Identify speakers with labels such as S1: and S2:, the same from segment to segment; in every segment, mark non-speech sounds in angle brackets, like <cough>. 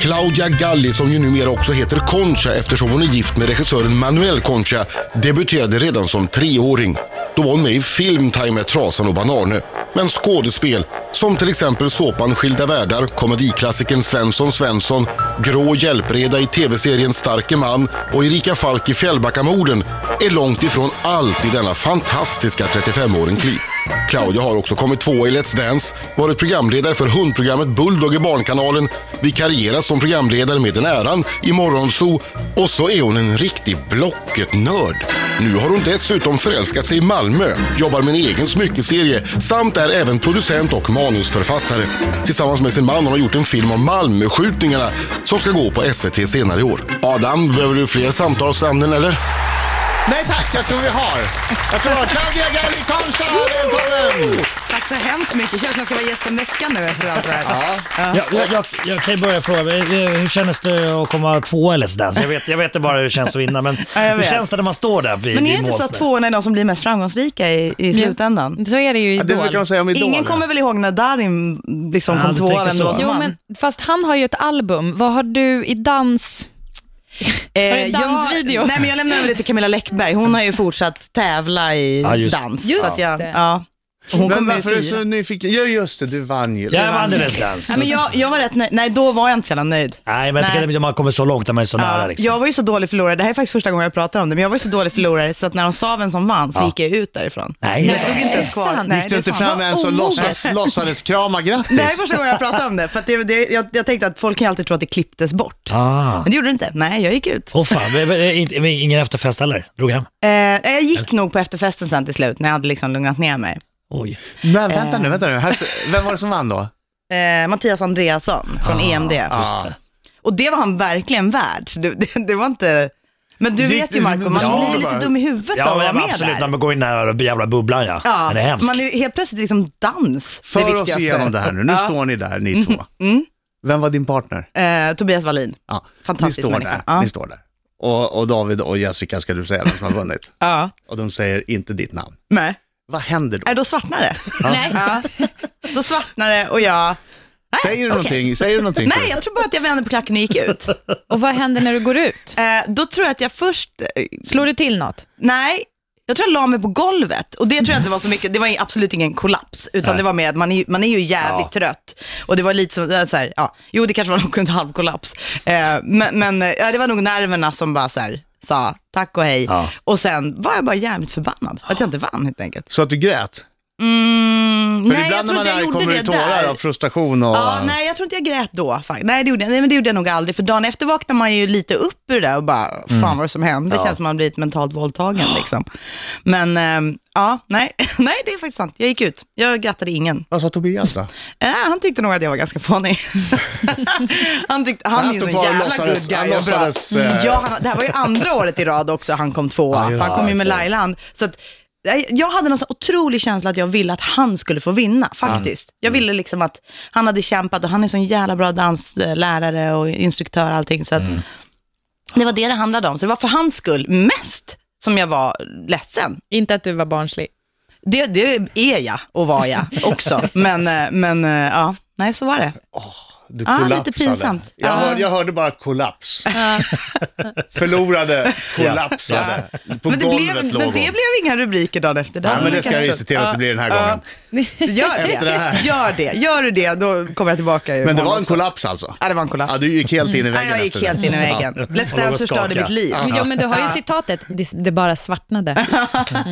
S1: Claudia Galli, som ju numera också heter Concha eftersom hon är gift med regissören Manuel Concha, debuterade redan som treåring. Då var hon med i Filmtime med Trasan och Banane. Men skådespel, som till exempel såpan Skilda världar, komediklassikern Svensson Svensson, Grå hjälpreda i tv-serien Starke man och Erika Falk i Fjällbackamorden, är långt ifrån allt i denna fantastiska 35-årings liv. Claudia har också kommit tvåa i Let's Dance, varit programledare för hundprogrammet Bulldog i Barnkanalen, vikarierat som programledare med den äran i Morgonzoo och så är hon en riktig Blocket-nörd. Nu har hon dessutom förälskat sig i Malmö, jobbar med en egen smyckeserie samt är även producent och manusförfattare. Tillsammans med sin man har hon gjort en film om Malmöskjutningarna som ska gå på SVT senare i år. Adam, behöver du fler samtalsämnen eller?
S2: Nej tack, jag tror vi har. Jag tror vi har Claudia Galli Concha, välkommen!
S3: Tack så hemskt mycket. Känns som jag ska vara gäst en vecka nu efter allt det här.
S4: Ja, jag, jag, jag kan ju börja fråga, eh, hur kändes det att komma tvåa i Let's Dance? Jag vet, jag vet det bara hur det känns att
S3: <laughs>
S4: vinna, men
S3: jag
S4: hur
S3: vet.
S4: känns det när man står där vid,
S3: Men är
S4: vid
S3: det inte så att
S4: målsnöret?
S3: tvåorna är de som blir mest framgångsrika i, i slutändan?
S5: Så är det ju i
S2: Ja, Det
S5: Idol.
S2: brukar de säga om Idol.
S3: Ingen kommer väl ihåg när Darin liksom
S4: Ja,
S3: kom
S4: du
S3: tvåa,
S4: tänker
S3: vem det
S4: så.
S3: var som
S5: Jo,
S3: vann.
S5: men, fast han har ju ett album. Vad har du i dans... Var det en
S3: jag-
S5: dansvideo?
S3: nej, men jag lämnar över det till Camilla Läckberg. Hon har ju fortsatt tävla i
S4: Ja, just-
S3: dans.
S5: Just
S3: så att jag,
S5: det.
S3: ja. Och Hon
S2: Men
S3: kommer ju
S2: varför är du
S3: fyra.
S2: så nyfiken? Ja just det, du vann ju.
S4: Jag vann i Let's
S3: Nej,
S4: Dance.
S3: men jag, jag var rätt nöjd. Nej, då var jag inte så jävla nöjd.
S4: Nej, men jag
S3: Nej.
S4: tycker att man kommer så långt när man är så nära.
S3: Ja,
S4: Liksom.
S3: Jag var ju så dålig förlorare, det här är faktiskt första gången jag pratar om det, men jag var ju så dålig förlorare så att när de sa vem som vann så gick jag ut därifrån.
S4: Nej.
S3: Jag stod inte ens kvar.
S5: sant?
S3: Nej,
S2: Gick du
S3: är
S2: inte
S3: sant.
S2: fram
S3: Vad
S2: ens och
S3: omoget.
S2: låtsas,
S3: <laughs>
S2: låtsades krama
S3: Det här är
S2: grattis?
S3: första gången jag pratar om det, för att det, det, jag, jag tänkte att folk kan ju alltid tro att det klipptes bort.
S4: Ah.
S3: Men det gjorde det inte. Nej, jag gick ut.
S4: Åh fan, men- men inte- men ingen efterfest heller? Drog hem?
S3: Eh, jag gick nog på efterfesten sen till slut, när jag hade liksom lugnat ner mig.
S4: Oj.
S2: Men vänta nu, vänta nu. Här- Vem var det som vann då?
S3: Eh, Mattias Andreasson
S4: Ah,
S3: från EMD.
S2: Ja.
S3: Och det var han verkligen värd. Så Det, <laughs> det, det var inte... Men du
S2: Gick
S3: vet ju
S2: det-
S3: Marco, man
S2: Ja,
S3: blir ju
S2: bara.
S3: lite dum i huvudet av
S4: Ja,
S3: att vara
S4: men,
S3: med
S4: absolut. När
S3: där.
S4: man går in i den här jävla bubblan, ja.
S3: Ja,
S4: Den är hemsk.
S3: man är ju helt plötsligt liksom dans det
S2: För oss
S3: viktigaste.
S2: igenom det här nu. Nu
S3: Ja. Mm-hmm. Mm.
S2: står ni där, ni två. Vem var din partner?
S3: Eh, Tobias Wallin.
S2: Ja.
S3: Fantastisk
S2: ni står
S3: människa.
S2: där.
S3: Ja.
S2: Ni står där. Och, och David och Jessica ska du säga vem som har vunnit.
S3: Ja.
S2: Och de säger inte ditt namn.
S3: Nej.
S2: Vad händer då?
S3: Äh, då svartnar det.
S5: Nej.
S3: Ja. <laughs> Då svartnar det och jag...
S2: Säger du någonting? Säger du någonting?
S3: Nej, jag tror bara att jag vände på klacken och gick
S2: <laughs>
S3: ut.
S5: Och vad händer när du går ut?
S3: Eh, då tror jag att jag först... eh,
S5: Slår du till något?
S3: Nej, jag tror jag la mig på golvet. Och det tror jag inte var så mycket, det var absolut ingen kollaps, utan det var mer att man är, man är ju jävligt trött. Och det var lite som, eh, så här, ja, jo det kanske var nog en halvkollaps. Eh, men men eh, ja, det var nog nerverna som bara så här, sa tack och hej.
S4: Ja.
S3: Och sen var jag bara jävligt förbannad, att jag inte vann helt enkelt.
S2: Så att du grät?
S3: Mm,
S2: För
S3: nej, jag
S2: ibland
S3: tror
S2: när man
S3: inte
S2: är
S3: jag
S2: arg
S3: gjorde
S2: kommer
S3: det
S2: det tårar av
S3: där.
S2: frustration och...
S3: Ja, nej, jag tror inte jag grät då. Fan. Nej det, gjorde jag, nej, men det gjorde jag nog aldrig. För dagen efter vaknar man ju lite upp ur det där och bara, fan vad är det som hände? Det känns som man blivit mentalt våldtagen. Liksom. Men ehm, ja, nej. <laughs> nej, det är faktiskt sant. Jag gick ut. Jag grattade ingen.
S2: Vad sa Tobias då?
S3: Äh, han tyckte nog att jag var ganska
S2: <laughs>
S3: fånig. han tyckte, han är
S2: Han
S3: ju
S2: stod
S3: sån
S2: kvar och
S3: jävla good
S2: låtsades-
S3: guy
S2: han
S3: och bra. Mm,
S2: låtsades, eh,
S3: Ja, han, det här var ju andra året i rad också han kom tvåa.
S2: Ja, just
S3: för han kom ju med Laila. Han, så att, nej, jag hade någon sån otrolig känsla att jag ville att han skulle få vinna,
S2: Mm.
S3: faktiskt. Jag ville liksom att han hade kämpat och han är sån jävla bra danslärare och instruktör och allting. Så att,
S2: Mm.
S3: Det var det det handlade om. Så det var för hans skull mest som jag var ledsen.
S5: Inte att du var barnslig.
S3: Det, det är jag och var jag
S2: <laughs>
S3: också. men, eh, men eh, ja, nej så var det.
S2: Du
S3: Ah,
S2: kollapsade.
S3: lite pinsamt.
S2: Jag,
S3: Ah.
S2: hörde, jag hörde bara kollaps. <laughs> Förlorade, kollapsade. På
S3: Men det,
S2: golvet
S3: blev,
S2: låg
S3: men
S2: hon.
S3: det blev inga rubriker dagen efter.
S2: Nej,
S3: hade
S2: men
S3: man
S2: det ska
S3: kanske
S2: vi
S3: trott.
S2: se till att det blir den här gången.
S3: Ja. Gör
S2: <laughs> Efter det
S3: det.
S2: här.
S3: Gör det. Gör du det, då kommer jag tillbaka. i
S2: Men det
S3: morgon
S2: var en
S3: också.
S2: kollaps alltså?
S3: Ja, det var en kollaps.
S2: Ja, du gick helt in i
S3: Nej,
S2: väggen
S3: Mm. jag gick
S2: efter
S3: helt
S2: det.
S3: in i väggen.
S2: <laughs>
S3: Let's
S4: Och låg
S3: Dance
S4: och
S3: förstörde
S4: skakade.
S3: mitt liv.
S5: Jo, men du har ju citatet, det, det bara svartnade.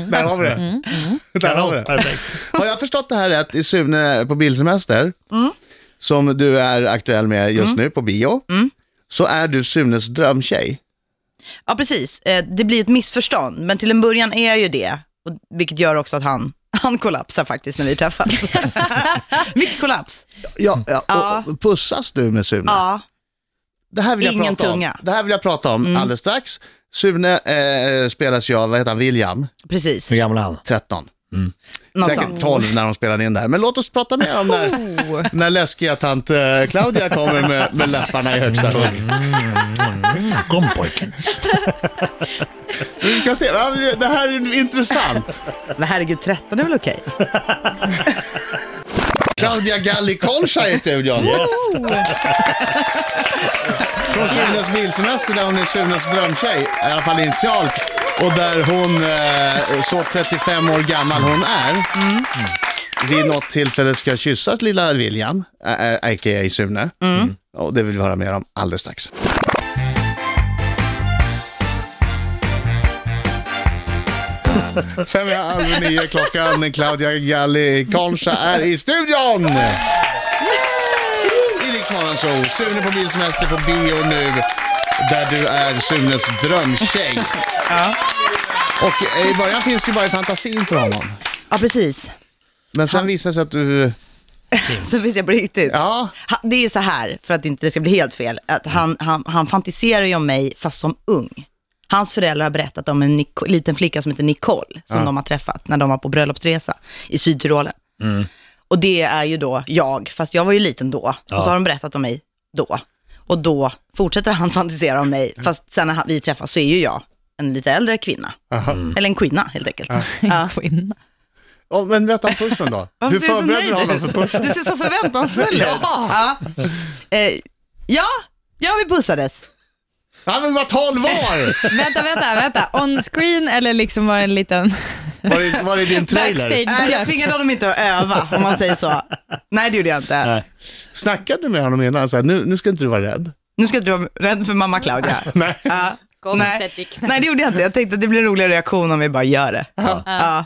S2: Där har vi det.
S3: Mm.
S2: Där har vi
S4: Kanon,
S2: det.
S4: perfekt.
S2: Har jag förstått det här rätt, i Sune på bilsemester,
S3: Mm.
S2: som du är aktuell med just nu på bio,
S3: Mm.
S2: så är du Sunes drömtjej.
S3: Ja, precis. Eh, Det blir ett missförstånd, men till en början är jag ju det. Och- Vilket gör också att han, <laughs> han kollapsar faktiskt när vi träffas. <laughs> Mycket kollaps.
S2: Ja, ja, och, och pussas du med Sune?
S3: Ja,
S2: Det här vill jag
S3: Ingen
S2: prata
S3: tunga. Mm.
S2: om. Det här vill jag prata om alldeles strax. Sune eh, spelas ju av, vad heter han, William,
S3: precis.
S4: Hur gammal är han?
S2: 13.
S3: Någon sån. Oh.
S2: Säkert 12 när de spelade in det här. Men låt oss prata mer om när, när läskiga tant eh, Claudia kommer med, med läpparna i högsta hugg.
S4: Mm. Kom pojken.
S2: Vi ska se, ja, det här är intressant.
S3: Men herregud, 13 är väl okej?
S2: Claudia Galli Kolscha i studion.
S4: Yes.
S2: <laughs> Från Sunes bilsemester där hon är Sunes drömtjej, i alla fall initialt. Och där hon, eh, så 35 år gammal hon är, vid något tillfälle ska kyssas lilla William, ä- ä- a.k.a. Sune. Och det vill vi höra mer om alldeles strax. Fem i halv nio klockan, Claudia Galli Karlsson är i studion! I Rix Morgon Zoo, Sune på bilsemester på bio nu, där du är Sunes
S3: <laughs>
S2: drömtjej. Och eh, i början finns det ju bara i fantasin för honom.
S3: Ja, precis.
S2: Men sen visar det sig att du...
S3: Så visst jag på riktigt.
S2: Ja,
S3: Ha- Det är ju så här, för att inte det ska bli helt fel, att han, han, han fantiserar ju om mig fast som ung. Hans föräldrar har berättat om en Nico, liten flicka som heter Nicole, som de har träffat när de var på bröllopsresa i Sydtyrolen. Och det är ju då jag, fast jag var ju liten då, och så har de berättat om mig då. Och då fortsätter han <laughs> fantisera om mig, fast sen när han- vi träffas så är ju jag en lite äldre kvinna. Eller en kvinna helt enkelt. Mm. <laughs> Ja.
S5: Kvinna.
S2: oh, men berätta om pussen då.
S3: Varför
S2: Hur
S3: ser du så
S2: förberedde du
S3: nöjd
S2: honom
S3: ut?
S2: för pussen?
S3: Du ser så förväntansfull ut. ja. Eh, ja, ja, vi pussades.
S2: Han vill vara 12 år!
S5: Vänta, vänta, vänta. On screen eller liksom var det en liten
S2: Var det, var det din trailer?
S5: backstage?
S3: Eh, jag
S5: flirt?
S3: tvingade honom inte att öva, om man säger så. Nej, det gjorde jag inte.
S4: Nej.
S2: Snackade du med honom innan? Så här, nu, nu ska inte du vara rädd.
S3: Nu ska inte du vara rädd för mamma Claudia.
S2: <laughs> Nej.
S3: Ja.
S5: Kom,
S3: Nej.
S5: sätt dig knä.
S3: Nej, det gjorde jag inte. Jag tänkte att det blir en rolig reaktion om vi bara gör det. Ja.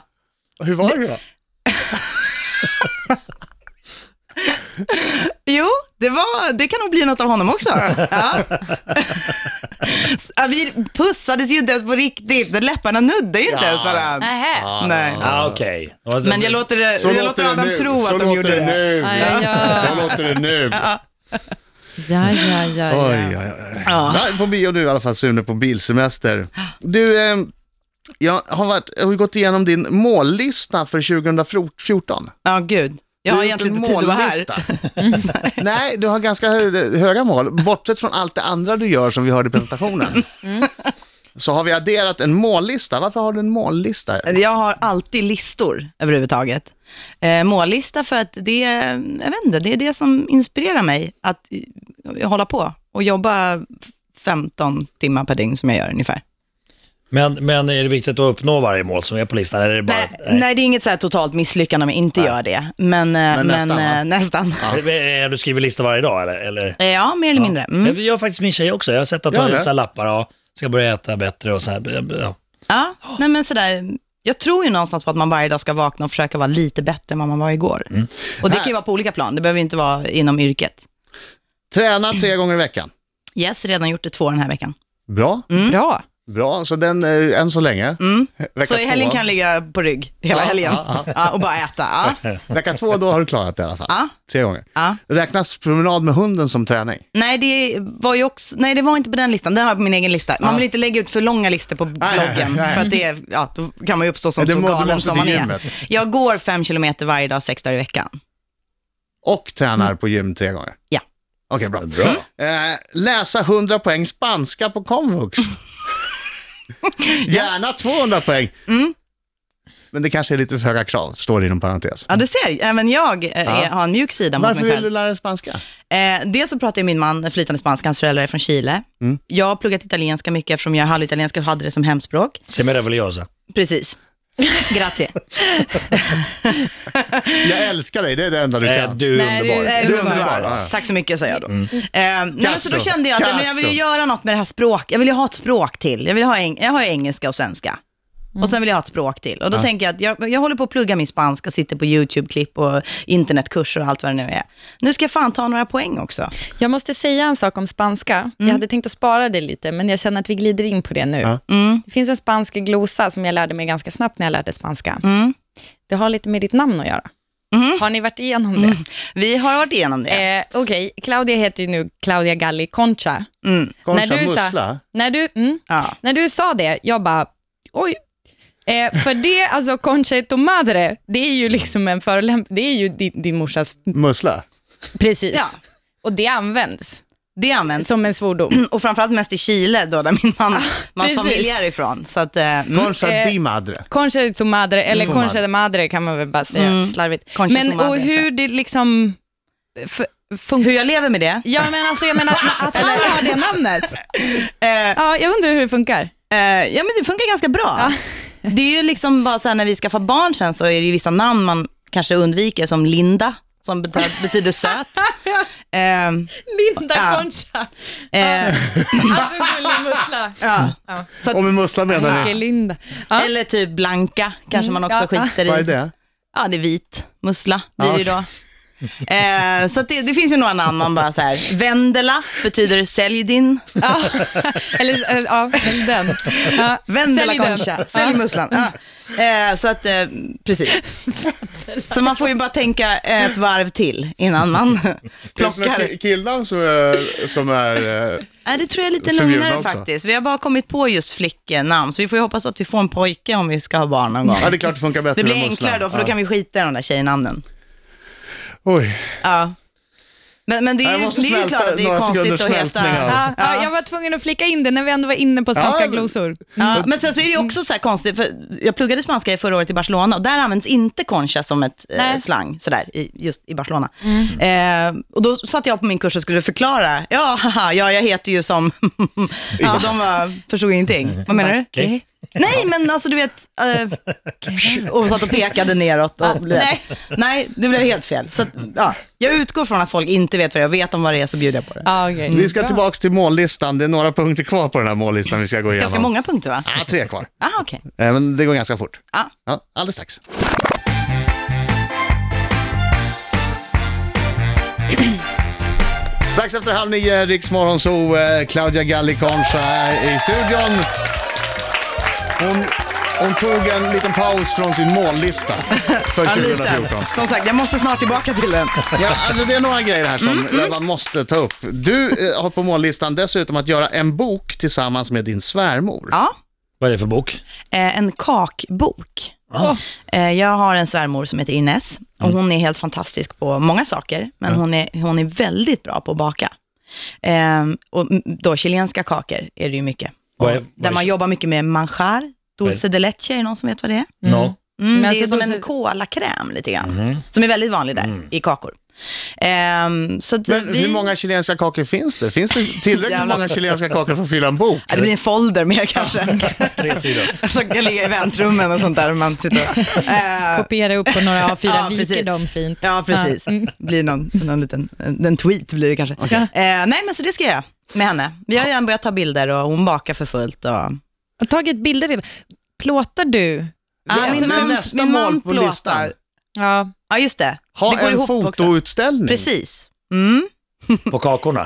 S2: Hur var det då?
S3: Jo, det, var, det kan nog bli något av honom
S2: <laughs>
S3: också. Ja. <laughs> S- ja, vi pussades ju inte ens på riktigt. Läpparna nuddade ju inte ens varandra.
S5: Nähä.
S3: Nej.
S4: Ah, Okej.
S3: Men jag låter, det, jag låter Adam
S2: nu.
S3: tro
S2: så
S3: att de
S2: låter
S3: gjorde
S2: det
S3: det.
S2: nu.
S5: Aj, ja.
S2: Så låter det nu.
S5: Ja, ja, ja. ja.
S2: Oj, oj, oj. Nej, På bio nu i alla fall, Sune, på bilsemester. Du, eh, jag har, varit, jag har ju gått igenom din mållista för 2014.
S3: Ja, gud. Jag
S2: Du
S3: har
S2: gjort
S3: egentligen
S2: en
S3: inte tid att vara här.
S2: mållista.
S3: <laughs>
S2: <laughs> Nej, du har ganska hö- höga mål. Bortsett från allt det andra du gör som vi hörde
S3: <laughs>
S2: i presentationen.
S3: Mm.
S2: Så har vi adderat en mållista. Varför har du en mållista?
S3: Jag har alltid listor överhuvudtaget. Eh, mållista för att det, jag vet inte, det är det som inspirerar mig att eh, hålla på och jobba 15 timmar per dygn som jag gör ungefär.
S4: Men, men är det viktigt att uppnå varje mål som är på listan? Eller är det bara,
S3: Nej, nej, det är inget så här totalt misslyckande om jag inte gör det, men, men, men
S2: nästan,
S3: nästan.
S2: va?
S3: Eh, nästan.
S4: Eh, eh, Du skriver lista varje dag eller? eller?
S3: <laughs> Eh, Ja, mer eller mindre.
S4: Jag
S3: Mm.
S4: Jag har faktiskt min tjej också. Jag har sett att hon
S2: Gör
S4: har
S2: det?
S4: ut så här lappar. Ja, ska börja äta bättre och så här. Ja.
S3: Ja, nej men sådär. Jag tror ju någonstans på att man varje dag ska vakna och försöka vara lite bättre än vad man var igår. Och det kan ju vara på olika plan, det behöver ju inte vara inom yrket.
S2: Träna tre gånger i veckan.
S3: Yes, redan gjort det två den här veckan.
S2: Bra,
S3: Mm.
S5: Bra.
S2: bra. Så den eh, än så länge. Vecka
S3: Så i helgen
S2: två.
S3: kan jag ligga på rygg hela
S2: Ja,
S3: helgen
S2: ja,
S3: Ja, och bara äta. Ja.
S2: <laughs> Vecka två, då har du klarat det i alla fall.
S3: Ja.
S2: Tre gånger.
S3: Ja.
S2: Räknas promenad med hunden som träning?
S3: Nej, det var ju också, nej, det var inte på den listan. Den har jag på min egen lista. Man vill inte lägga ut för långa listor på
S2: nej,
S3: bloggen,
S2: nej.
S3: för att det, är- ja, då kan man ju uppstå som
S2: Det
S3: så
S2: må- du
S3: galen
S2: måste
S3: som man
S2: till
S3: är.
S2: gymmet.
S3: Jag går fem kilometer varje dag, sex dagar i veckan.
S2: Och tränar på gym tre gånger?
S3: Mm. Ja.
S2: Okej, bra. Eh, läsa 100 poäng spanska på
S3: <laughs>
S2: komvux. Gärna 200 poäng.
S3: Mm.
S2: Men det kanske är lite för höga krav, står det inom parentes.
S3: Ja, du ser, även jag eh, är, har en mjuk sida mot
S2: Varför
S3: mig
S2: vill
S3: själv.
S2: du lära dig spanska?
S3: Eh, dels så pratar ju min man flytande spanska, hans föräldrar är från Chile.
S2: Mm.
S3: Jag har pluggat italienska mycket eftersom jag är halvitalienska och hade det som hemspråk.
S4: Se mig religiosa.
S3: <laughs> Precis. Grazie.
S2: Jag älskar dig, det är det enda du
S4: Eh,
S2: kan.
S4: Du är
S5: Nej, det är-
S4: underbar.
S5: det är
S3: Du
S2: är underbar.
S3: Ja. Tack så mycket säger jag då. Eh, nej, men så då
S2: Cazzo.
S3: kände jag att men jag vill ju
S2: Cazzo.
S3: göra något med det här språk. Jag vill ju ha ett språk till. Jag, vill ha eng- jag har ju engelska och svenska. Och
S5: Mm.
S3: sen vill jag ha ett språk till. Och då tänker jag att jag, jag håller på att plugga min spanska, sitter på YouTube-klipp och internetkurser och allt vad det nu är. Nu ska jag fan ta några poäng också.
S5: Jag måste säga en sak om spanska.
S3: Mm.
S5: Jag hade tänkt att spara det lite, men jag känner att vi glider in på det nu. Det finns en spansk glosa som jag lärde mig ganska snabbt när jag lärde spanska.
S3: Mm.
S5: Det har lite med ditt namn att göra. Har ni varit igenom det?
S3: Vi har varit igenom Mm. det.
S5: Eh, Okej, Claudia heter ju nu Claudia Galli Concha.
S2: Concha
S5: när du sa-
S2: Mussla.
S5: När du, mm,
S3: Mm. Ja.
S5: när du sa det, jag bara, oj. Eh, för det, alltså Concha tu madre, det är ju liksom en förolämpning. Det är ju din, din morsas,
S2: Mussla?
S5: precis.
S3: Ja.
S5: Och det används.
S3: Det används.
S5: som en svordom.
S3: Och framförallt mest i Chile då, där min man, mans
S5: Ah, precis.
S3: familj är ifrån. Så att, eh, mm.
S2: Concha
S5: Eh,
S2: di madre.
S5: Concha de tu madre, eller
S2: Mm. Tu
S5: concha de madre kan man väl bara säga slarvigt.
S3: Concha tu
S5: men
S3: madre,
S5: och hur det liksom f- funkar.
S3: Hur jag lever med det?
S5: Ja men alltså jag menar att, <laughs> att han har det namnet.
S3: <laughs>
S5: ja, jag undrar hur det funkar.
S3: Eh, ja men det funkar ganska bra. <laughs> Det är ju liksom bara så här när vi skaffar barn sen så är det ju vissa namn man kanske undviker som Linda, som bet- <laughs> betyder söt. Eh,
S5: Linda
S3: Ja.
S5: Concha.
S3: eh,
S5: Alltså gullig mussla.
S3: ja.
S2: Och med mussla menar ni?
S5: Mycket Linda. Ja.
S3: Eller typ Blanca kanske man också
S5: ja.
S3: skiter i.
S2: Vad är det?
S3: Ja, det är vit mussla blir
S2: Ja,
S3: det ju då. Eh, så att det, det finns ju några namn man bara så här, Vendela betyder sälj din.
S5: Ja. Eller eh, ja, men den. Ja.
S3: Vendela
S5: Sälj den.
S3: concha, sälj musslan. Ja. <laughs> Eh, så att, eh, <laughs> precis. Så man får ju bara tänka ett varv till innan man plockar.
S2: killar som är, som är eh,
S3: Nej, det tror jag är lite
S2: Förbjudna
S3: lugnare
S2: också.
S3: faktiskt. Vi har bara kommit på just flicknamn, så vi får ju hoppas att vi får en pojke om vi ska ha barn någon gång.
S2: Ja, det är klart det funkar bättre
S3: Det blir
S2: än musslan.
S3: enklare då, för då kan vi skita i de där tjejnamnen.
S2: Ja. Oj.
S3: Ja. Men, men det är
S2: Jag
S3: ju
S2: måste
S3: det är ju
S2: smälta
S3: klart att det är
S2: några
S3: konstigt
S2: sekunders
S3: att heta...
S2: smältning här.
S5: Ja, ja, jag var tvungen att flika in det när vi ändå var inne på spanska
S2: Ja, men-
S5: glosor.
S3: Ja, men sen så är det ju också så här konstigt, för jag pluggade spanska i förra året i Barcelona och där används inte concha som ett eh,
S5: Nej. Mm.
S3: slang, sådär, i, just i Barcelona. Eh, och då satt jag på min kurs och skulle förklara, ja, haha, ja jag heter ju som... <laughs> ja, och de var, förstod ingenting. Vad menar du?
S4: Okej.
S3: Nej, men alltså du vet, eh, och satt och pekade neråt. Och, du vet.
S5: nej.
S3: nej, det blev helt fel. Så att, ja, jag utgår från att folk inte vet vad jag vet om vad det är, så bjuder jag på det.
S5: Ja, okej.
S2: Vi ska tillbaka till mållistan. Det är några punkter kvar på den här mållistan vi ska gå igenom.
S3: Ganska många punkter va?
S2: Ja, tre kvar.
S3: Ah, okej.
S2: Eh, Men det går ganska fort.
S3: Ah.
S2: Ja, alldeles strax. Strax efter halv nio, Riksmorgon, så eh, Claudia Galli Concha är i studion. Hon, hon tog en liten paus från sin mållista
S3: <laughs>
S2: för
S3: Ja, lite.
S2: 2014.
S3: Som sagt, jag måste snart tillbaka till den.
S2: Ja, alltså det är några grejer här som
S3: Mm,
S2: man måste ta upp. Du eh, har på mållistan dessutom att göra en bok tillsammans med din svärmor.
S3: Ja.
S4: Vad är det för bok?
S3: eh, en kakbok.
S2: Ah.
S3: Eh, jag har en svärmor som heter Ines och
S2: Mm.
S3: hon är helt fantastisk på många saker, men hon, är, hon är väldigt bra på att baka. Eh, och m- då chilenska kakor är det ju mycket.
S4: Vad
S3: Och
S4: är- vad
S3: där
S4: är-
S3: man jobbar mycket med manjar, dulce de leche, är det någon som vet vad det är?
S4: No.
S3: Mm,
S5: Men
S3: det
S5: alltså
S3: är som
S5: dulce-
S3: en kolakräm lite grann,
S2: Mhm.
S3: som är väldigt vanlig där i kakor. Ehm, så att
S2: Mm. Men
S3: vi,
S2: hur många chilenska kakor finns det? Finns det tillräckligt
S3: Jävlar.
S2: många chilenska kakor för att fylla en bok?
S3: Ja, det blir en folder mer
S2: <laughs>
S3: kanske.
S4: Tre sidor.
S3: Så kan ligga Alltså, i väntrummen och sånt där. Man sitter och, eh,
S5: Kopiera upp på några A4,
S3: Ja, precis.
S5: viker dem fint.
S3: Ja, precis. Blir någon, någon liten en tweet blir det kanske. Eh, nej, men så det ska jag göra med henne. Vi har redan börjat ta bilder och hon bakar för fullt. Och...
S5: Jag har tagit bilder redan. Plåtar du?
S2: Det är
S3: min
S2: alltså
S3: man-
S2: nästa
S3: min
S2: mål
S3: man
S2: på listan.
S3: plåtar.
S5: Ja.
S3: Ja, just det. det
S2: Ha
S3: går
S2: en
S3: ihop också.
S2: fotoutställning.
S3: Precis. Mm.
S4: På kakorna.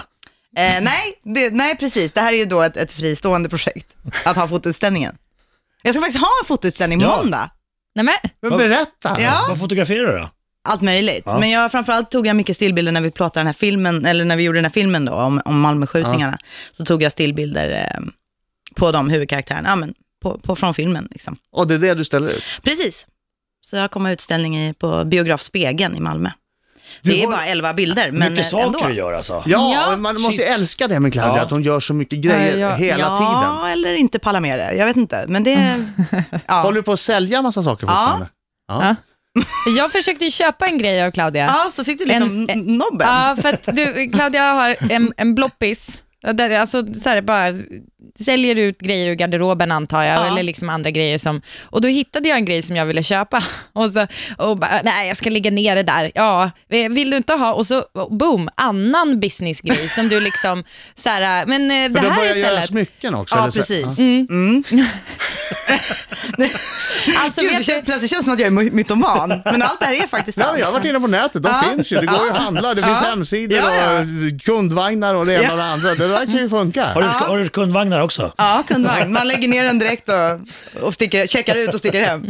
S3: Eh, nej, det, nej, precis. Det här är ju då ett, ett fristående projekt, att ha fotoutställningen. Jag ska faktiskt ha en fotoutställning
S4: Ja.
S3: måndag.
S5: Nej, men.
S2: Men berätta.
S3: Ja.
S4: Vad fotograferar du då?
S3: Allt möjligt.
S4: Ja.
S3: Men jag, framförallt tog jag mycket stillbilder när vi pratade den här filmen, eller när vi gjorde den här filmen då, om, om Malmöskjutningarna. Så tog jag stillbilder eh, på de huvudkaraktärerna, ja, men på, på, från filmen. Liksom.
S2: Och det är det du ställer ut.
S3: Precis. Så jag kommer utställning i, på Biograf Spegeln i Malmö.
S2: Du
S3: det är
S2: har
S3: bara elva bilder, men
S4: Mycket
S3: eh,
S4: saker
S3: ändå.
S4: du gör alltså.
S2: Ja,
S5: Ja.
S2: man måste ju älska det med Claudia,
S4: Ja.
S2: att hon gör så mycket grejer
S5: Ja, ja.
S2: hela
S3: ja,
S2: tiden.
S3: eller inte palla med det. Jag vet inte, men det... ja.
S2: Håller du på att sälja massa saker
S3: Ja.
S2: fortfarande?
S5: Ja. Jag försökte ju köpa en grej av Claudia.
S3: <laughs> ja, så fick du liksom
S5: En-
S3: en, nobben.
S5: Ja, för att du, Claudia har en, en bloppis. Där, alltså, så här, bara, säljer ut grejer ur garderoben antar jag,
S3: Ja.
S5: eller liksom andra grejer. som Och då hittade jag en grej som jag ville köpa <laughs> och så och bara, nej jag ska lägga ner det där. Ja, eh, vill du inte ha? Och så boom, annan businessgrej som du liksom, så här, men eh, det
S2: För du
S5: här
S2: börjar göra
S5: istället.
S2: smycken också?
S3: Ja,
S2: eller så-
S3: precis.
S2: Ja.
S3: Mm. <laughs>
S5: Alltså,
S3: Gud, det
S5: vet du-
S3: känns, plötsligt känns det som att jag är my- mytoman, men allt det här är faktiskt
S2: Nej, men jag har varit inne på nätet, de
S3: Ja.
S2: finns ju. Det går ju att handla, det finns
S3: Ja.
S2: hemsidor
S3: Ja, ja.
S2: och kundvagnar och det ena och det andra. Det där kan ju funka.
S4: Har du, har du kundvagnar också?
S3: Ja, kundvagn. Man lägger ner den direkt och, och sticker, checkar ut och sticker <laughs> hem.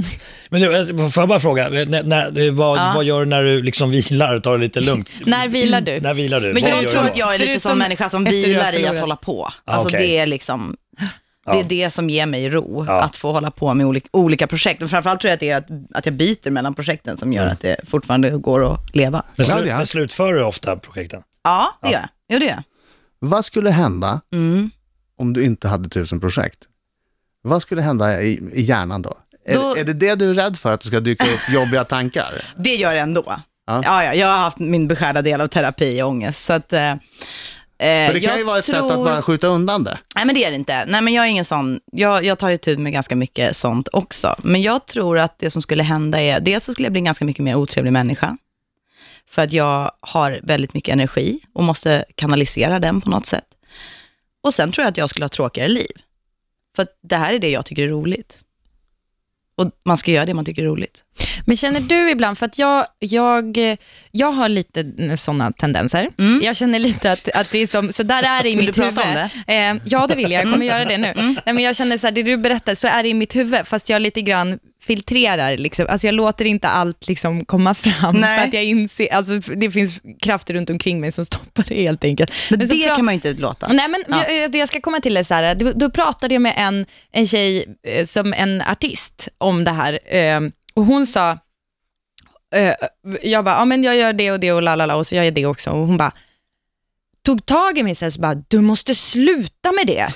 S4: Men du, eh, får jag bara fråga, eh, när, när, eh, vad, vad gör du när du liksom vilar och tar det lite lugnt?
S5: När vilar du?
S4: När vilar du?
S5: Men
S4: Vad
S5: jag
S4: gör
S5: tror
S4: du
S5: att
S4: då?
S3: Jag är lite
S5: Förutom
S3: sån människa som
S5: efter jag
S3: vilar i att
S5: förlorat.
S3: hålla på.
S4: Ah,
S3: Alltså
S4: okej.
S3: det är liksom, det är det som ger mig ro,
S4: Ja.
S3: att få hålla på med olika, olika projekt. Men framförallt tror jag att det är att, att jag byter mellan projekten som
S2: Mm.
S3: gör att det fortfarande går att leva.
S4: Men,
S2: Så
S4: slu,
S2: hade jag.
S4: men slutför du ofta projekten?
S3: Ja, det gör jag. Jo, det gör jag.
S2: Vad skulle hända
S3: Mm.
S2: om du inte hade tusen projekt? Vad skulle hända i, i hjärnan då?
S3: Då-
S2: Är, är det det du är rädd för, att det ska dyka upp jobbiga tankar?
S3: Det gör jag ändå. Ja. Ja, jag har haft min beskärda del av terapi och ångest. Så att, eh,
S2: För det kan ju vara ett sätt att bara skjuta undan det.
S3: Nej, men det är det inte. Nej, men jag är ingen sån. Jag, jag tar itu med ganska mycket sånt också. Men jag tror att det som skulle hända är, dels så skulle jag bli en ganska mycket mer otrevlig människa. För att jag har väldigt mycket energi och måste kanalisera den på något sätt. Och sen tror jag att jag skulle ha tråkigare liv. För att det här är det jag tycker är roligt. Och man ska göra det man tycker är roligt.
S5: Men känner du ibland, för att jag, jag, jag har lite sådana tendenser. Jag känner lite att, att det är som, så där är det i
S3: Mm. Vill
S5: mitt
S3: du prata
S5: huvud.
S3: om Mm.
S5: Eh, ja, det vill jag. Jag kommer göra det nu. Nej, men jag känner så här, det du berättar, så är det i mitt huvud, fast jag lite grann filtrerar. Liksom. Alltså, jag låter inte allt liksom komma fram,
S3: Nej.
S5: för att jag inser, alltså, det finns krafter runt omkring mig som stoppar det helt enkelt.
S3: Men,
S5: Men så
S3: det
S5: pra-
S3: kan man ju inte utlåta.
S5: Nej, men jag, det jag ska komma till är så här, då, då pratade jag med en, en tjej eh, som en artist om det här eh, och hon sa, eh, jag bara, ja men jag gör det och det och la la la och så gör jag det också och hon bara, tog tag i mig så här, så bara, du måste sluta med det.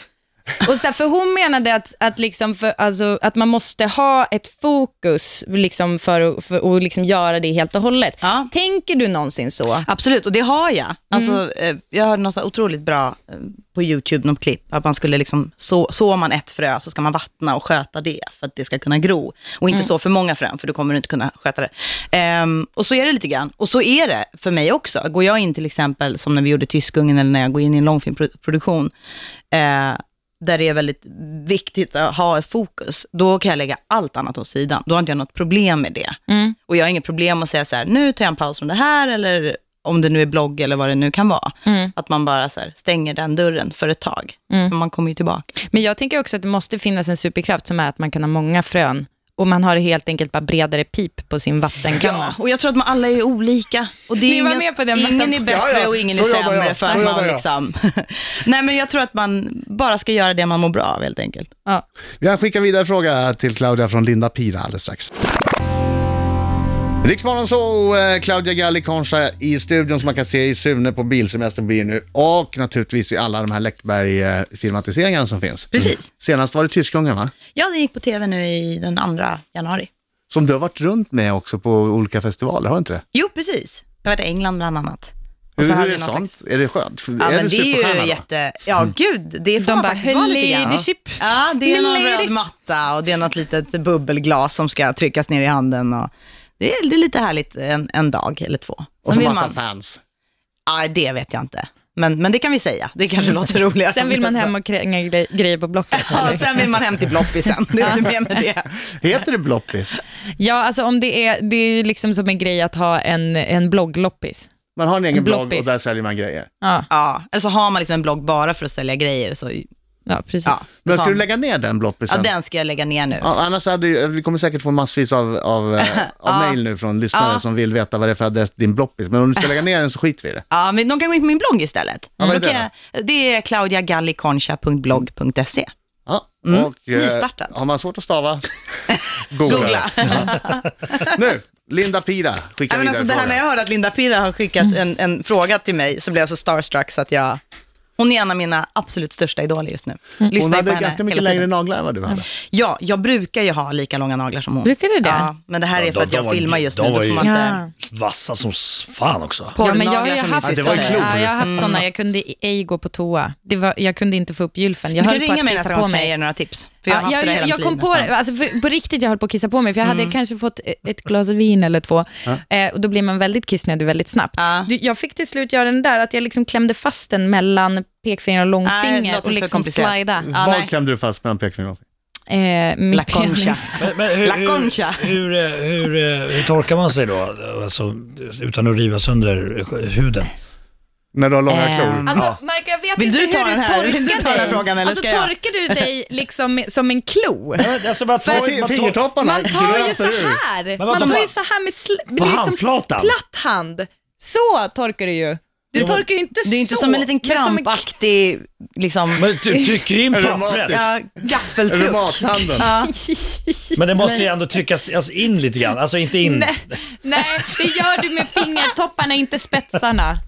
S5: Och så här, för hon menade att, att, liksom för, alltså, att man måste ha ett fokus liksom för, att- för att liksom göra det helt och hållet.
S3: Ja.
S5: Tänker du någonsin så?
S3: Absolut, och det har jag. Alltså, eh, Jag hörde något så här otroligt bra eh, på YouTube, något klipp, att man skulle liksom, så, sår man ett frö så ska man vattna och sköta det för att det ska kunna gro. Och inte så för många frön, för då kommer du inte kunna sköta det. Ehm, och så är det lite grann. Och så är det för mig också. Går jag in till exempel, som när vi gjorde Tyskungen eller när jag går in i en långfilmproduktion, eh, där det är väldigt viktigt att ha ett fokus, då kan jag lägga allt annat åt sidan. Då har inte jag något problem med det. Och jag har inget problem att säga så här, nu tar jag en paus från det här, eller om det nu är blogg eller vad det nu kan vara. Att man bara så här, stänger den dörren för ett tag. Men man kommer ju tillbaka.
S5: Men jag tänker också att det måste finnas en superkraft som är att man kan ha många frön och man har helt enkelt bara bredare pip på sin vattenkanna.
S3: och jag tror att man alla är olika. Och det är
S5: Ni var
S3: ingen,
S5: med på den
S3: ingen är
S5: mattan.
S3: bättre
S2: Ja, ja.
S3: och ingen
S2: Så
S3: är
S2: jobbar
S3: sämre
S2: jag.
S3: för
S2: Så
S3: att man
S2: jobbar jag.
S3: liksom... <laughs> Nej, men jag tror att man bara ska göra det man mår bra av helt enkelt.
S5: Ja.
S2: Jag skickar vidare en fråga till Claudia från Linda Pira alldeles strax. Riksmorgon så eh, Claudia Galli Concha i studion som man kan se i Sune på Bilsemester blir nu och naturligtvis i alla de här Läckberg-filmatiseringarna som finns. Mm.
S3: Precis.
S2: Senast var det Tyskungen va?
S3: Ja, den gick på tv nu i den andra januari.
S2: Som du har varit runt med också på olika festivaler, har du inte det?
S3: Jo, precis. Jag var i England bland annat. Och
S2: Hur,
S3: sen hade
S2: hur
S3: vi
S2: är
S3: någon slags-
S2: sånt? Är det skönt? För-
S3: Ja,
S2: är
S3: men det
S2: du
S3: är
S2: superstjärna
S3: ju
S2: då? Mm.
S3: jätte... Ja, gud, det får
S5: De
S3: man
S5: bara,
S3: faktiskt vara lite grann.
S5: leadership.
S3: Ja, det är någon
S5: Milady.
S3: röd matta och det är något litet bubbelglas som ska tryckas ner i handen. Och det, är, det är lite härligt en, en dag eller två. Sen
S2: Och så
S3: vill
S2: massa
S3: man,
S2: fans.
S3: ja, det vet jag inte. Men, men det kan vi säga. Det
S5: <laughs>
S3: kanske låter roligare.
S5: Sen vill man hem och kränga gre- grejer på Blocket.
S3: Ja, sen vill man hem till Bloppisen. Det är inte mer med
S5: <laughs>
S3: det.
S2: Heter det Bloppis?
S5: Ja, alltså om det är, det är ju liksom som en grej att ha en, en bloggloppis.
S2: Man har en egen blogg och
S5: Bloppis.
S2: där säljer man grejer.
S5: Ja,
S3: Ja, eller så har man liksom en blogg bara för att sälja grejer. Så,
S5: ja precis.
S3: ja,
S2: Men ska
S3: så-
S2: du lägga ner den Bloppisen?
S3: Ja, den ska jag lägga ner nu.
S2: Ja, annars hade ju, vi kommer säkert få massvis av, av,
S3: <laughs>
S2: eh, av mejl nu från lyssnare som vill veta vad det är för adress till din bloppis. Men om du ska lägga ner den så skiter vi i det.
S3: Ja, men de kan gå in på min blogg istället.
S2: Ja, vad är
S3: Då
S2: det
S3: kan jag, det är claudiagalliconcha.blogg.se.
S2: Ja,
S3: Mm.
S2: och, eh,
S3: nystartad.
S2: har man svårt
S3: <laughs>
S2: att stava, googla.
S3: Googla.
S2: Nu, Linda Pira skickar
S3: Ja, men
S2: vidare
S3: alltså, det här
S2: frågan.
S3: när jag hörde att Linda Pira har skickat en, en fråga till mig så blev jag så starstruck så att jag... Hon är en av mina absolut största idoler just nu. Lyssnar
S2: Hon
S3: ju
S2: hade
S3: på henne
S2: ganska mycket
S3: hela tiden.
S2: längre naglar än vad du hade.
S3: Ja, jag brukar ju ha lika långa naglar som hon.
S5: Brukar du det?
S3: Ja, men det här
S4: Ja,
S3: är för
S4: de-
S3: att
S4: de
S3: jag
S4: var ju-
S3: filmar just
S4: de
S3: nu. Då
S4: var
S3: får
S4: ju-
S3: man inte...
S5: Ja.
S4: Vassa som s- fan också.
S5: Ja, men jag har
S3: porrnaglar
S5: ju
S3: som
S5: haft
S3: inte
S2: det var ju
S5: sådana. Ja,
S2: klor.
S5: jag har haft sådana.
S3: Mm.
S5: Jag kunde ej gå på toa. Det var, jag kunde inte få upp gylfen. Jag
S3: Du
S5: höll
S3: kan
S5: på
S3: ringa
S5: att
S3: mig
S5: kissa
S3: nästa gång
S5: på
S3: så kan jag
S5: mig.
S3: ge några tips. För jag har haft
S5: jag,
S3: det hela
S5: jag
S3: mitt
S5: kom
S3: liv
S5: på
S3: nästan. Mm.
S5: det, alltså för, på riktigt jag höll på att kissa på mig, för jag hade kanske fått e- ett glas vin eller två. Eh, och då blir man väldigt kissnödig väldigt snabbt.
S3: Ja.
S5: Du, jag fick till slut göra den där, att jag liksom klämde fast den mellan pekfinger och
S3: Nej,
S5: långfinger
S3: det låter
S5: och
S3: för
S5: liksom
S3: komplicerat.
S5: slida.
S3: Ja,
S2: vad
S3: nej.
S2: klämde du fast mellan pekfingret och
S5: Eh, min
S3: La Concha.
S5: penis.
S4: Men, men hur,
S3: La
S4: hur,
S3: Concha.
S4: hur, eh, hur, eh, hur torkar man sig då? Alltså, utan att riva sönder huden?
S2: När du har långa
S3: Ehm,
S2: klor?
S5: Alltså, Marco, jag vet
S3: Vill
S5: inte
S3: du ta
S5: hur
S3: den
S5: du
S3: här?
S5: torkar
S3: Vill du ta den här
S5: dig.
S3: frågan, eller
S5: alltså,
S3: ska jag?
S5: torkar du dig liksom med- som en klo?
S4: Alltså, man
S2: Och fi- fingertopparna
S5: Man tar ju så
S2: gröser ur.
S5: här.
S4: Men
S5: Man
S4: vad-
S5: tar ju så här med sl- liksom
S4: På handflatan?
S5: platt hand. Så torkar du ju. Du torkar ju inte så.
S3: Det är ju inte som en liten
S5: men som en-
S3: krampaktig liksom,
S4: Men du trycker ju in pappret.
S2: Reumatiskt.
S3: ja, gaffeltruck.
S2: Reumathanden.
S3: Ja.
S4: Men det måste ju ändå tryckas alltså, in lite grann. Alltså inte in.
S5: Nej, det gör du med fingertopparna, inte spetsarna.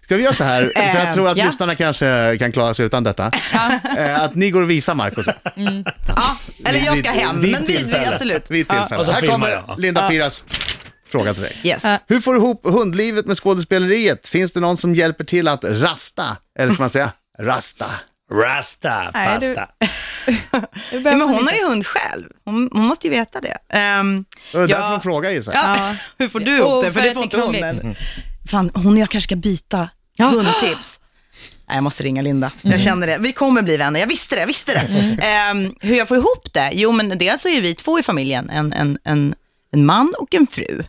S2: Ska Ska vi göra så här, för jag
S3: Eh,
S2: tror att
S3: ja.
S2: lyssnarna kanske kan klara sig utan detta. Eh, att ni går och
S3: <laughs>
S2: visar Markus.
S3: Ja, eller jag ska hem,
S2: Vid
S3: men vi, vi,
S2: tillfälle.
S3: absolut.
S2: Vid
S4: Ja.
S2: tillfälle.
S4: Och så
S2: Här
S4: filmar
S2: kommer
S4: jag.
S2: Linda Piras fråga till dig.
S3: Yes.
S2: Hur får du ihop hundlivet med skådespeleriet? Finns det någon som hjälper till att rasta? Eller ska man säga <laughs> rasta?
S4: Rasta,
S5: Nej, du-
S4: pasta.
S5: Det
S3: Ja,
S5: behöver
S3: men
S5: man
S3: hon
S5: inte.
S3: har ju hund själv. Hon, hon måste ju veta det. Ehm,
S2: Det var därför
S3: ja.
S2: hon frågade gissar jag.
S3: Ja. Hur får du ihop
S5: Och
S3: det? För
S5: för
S3: det
S5: att
S3: får
S5: det
S3: inte
S5: är
S3: hon.
S5: krångligt.
S3: Men... Fan, hon och jag kanske ska byta hundtips. Nej, jag måste ringa Linda. Jag känner det. Vi kommer bli vänner. Jag visste det. Jag visste det. Ehm, hur jag får ihop det? Jo, men dels så är vi två i familjen. En, en, en, en man och en fru.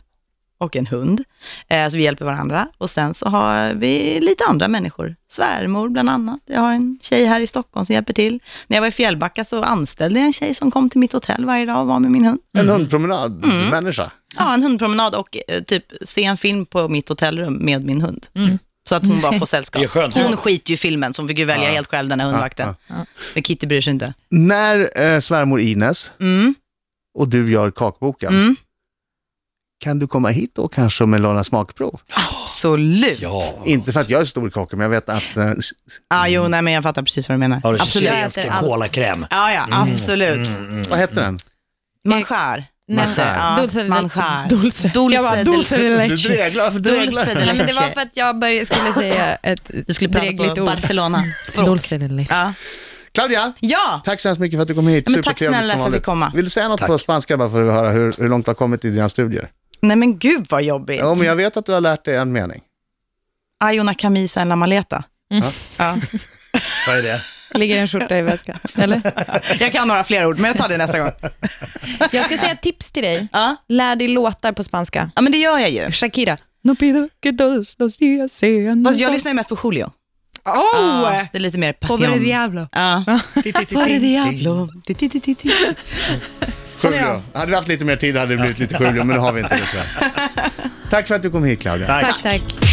S3: Och en hund. Eh, så vi hjälper varandra. Och sen så har vi lite andra människor. Svärmor bland annat. Jag har en tjej här i Stockholm som hjälper till. När jag var i Fjällbacka så anställde jag en tjej som kom till mitt hotell varje dag och var med min hund.
S2: En hundpromenadmänniska.
S3: Ja, en hundpromenad och eh, typ se en film på mitt hotellrum med min hund.
S5: Mm.
S3: Så att hon bara får
S4: <laughs> Det är
S3: sällskap.
S4: skönt.
S3: Hon skiter ju i filmen, så hon fick ju välja helt själv den här hundvakten. Men Kitty bryr sig inte. Mm,
S2: När eh, svärmor Ines och du gör kakboken, kan du komma hit då kanske med Lana smakprov?
S3: Absolut.
S4: Ja.
S2: Inte för att jag är stor kaka, men jag vet att eh, s-
S3: Ah, jo, nej, men jag fattar precis vad du menar.
S4: Har du Mm.
S3: absolut.
S5: Jag
S4: chilensk
S5: äter allt.
S4: kolakräm? mm.
S3: Ja, ja, absolut.
S2: Vad hette den?
S3: Manchar.
S5: Nej,
S2: Manchar.
S5: ja. Dulce de-
S3: Manchar.
S5: Dulce.
S3: Dulce
S5: Jag bara,
S3: de-
S5: dulce de
S2: Du
S5: leche.
S2: dreglar, för dreglar.
S3: de
S5: Nej, men det var
S3: leche.
S5: för att jag började, skulle säga ett
S3: Du skulle prata
S5: drägligt
S3: på
S5: ord.
S3: Barcelona.
S5: Dulce de leche.
S3: Ja.
S2: Claudia,
S3: ja,
S2: tack så hemskt mycket för att du kom hit.
S3: Ja, men tack
S2: Supertrevligt
S3: snälla för att
S2: som
S3: vi
S2: vanligt.
S3: fick komma.
S2: Vill du säga något på spanska bara för att höra hur, hur långt du har kommit i dina studier?
S3: nej men gud vad jobbigt.
S2: Ja, men jag vet att du har lärt dig en mening.
S3: Ay una camisa en la maleta. Ja.
S4: Vad är det?
S5: Ligger en skjorta i väskan, eller?
S3: Jag kan några fler ord, men jag tar det
S4: <laughs>
S3: nästa gång.
S5: Jag ska säga ett tips till dig.
S3: Ja.
S5: Lär dig låtar på spanska.
S3: Ja, men det gör jag ju.
S5: Shakira. No pido que todos los días sean
S3: Fast jag lyssnar ju mest på Julio.
S5: Pues Oh!
S3: Det är lite mer
S5: Pobre
S3: passion.
S5: diablo.
S3: Ja. Pobre diablo. Ti, ti, ti, ti, ti. Sån är jag.
S2: Julio. Hade
S3: <laughs>
S2: vi haft lite mer tid hade det blivit lite Julio, men det har vi inte. tyvärr. Tack för att du kom hit Claudia.
S5: Tack, tack.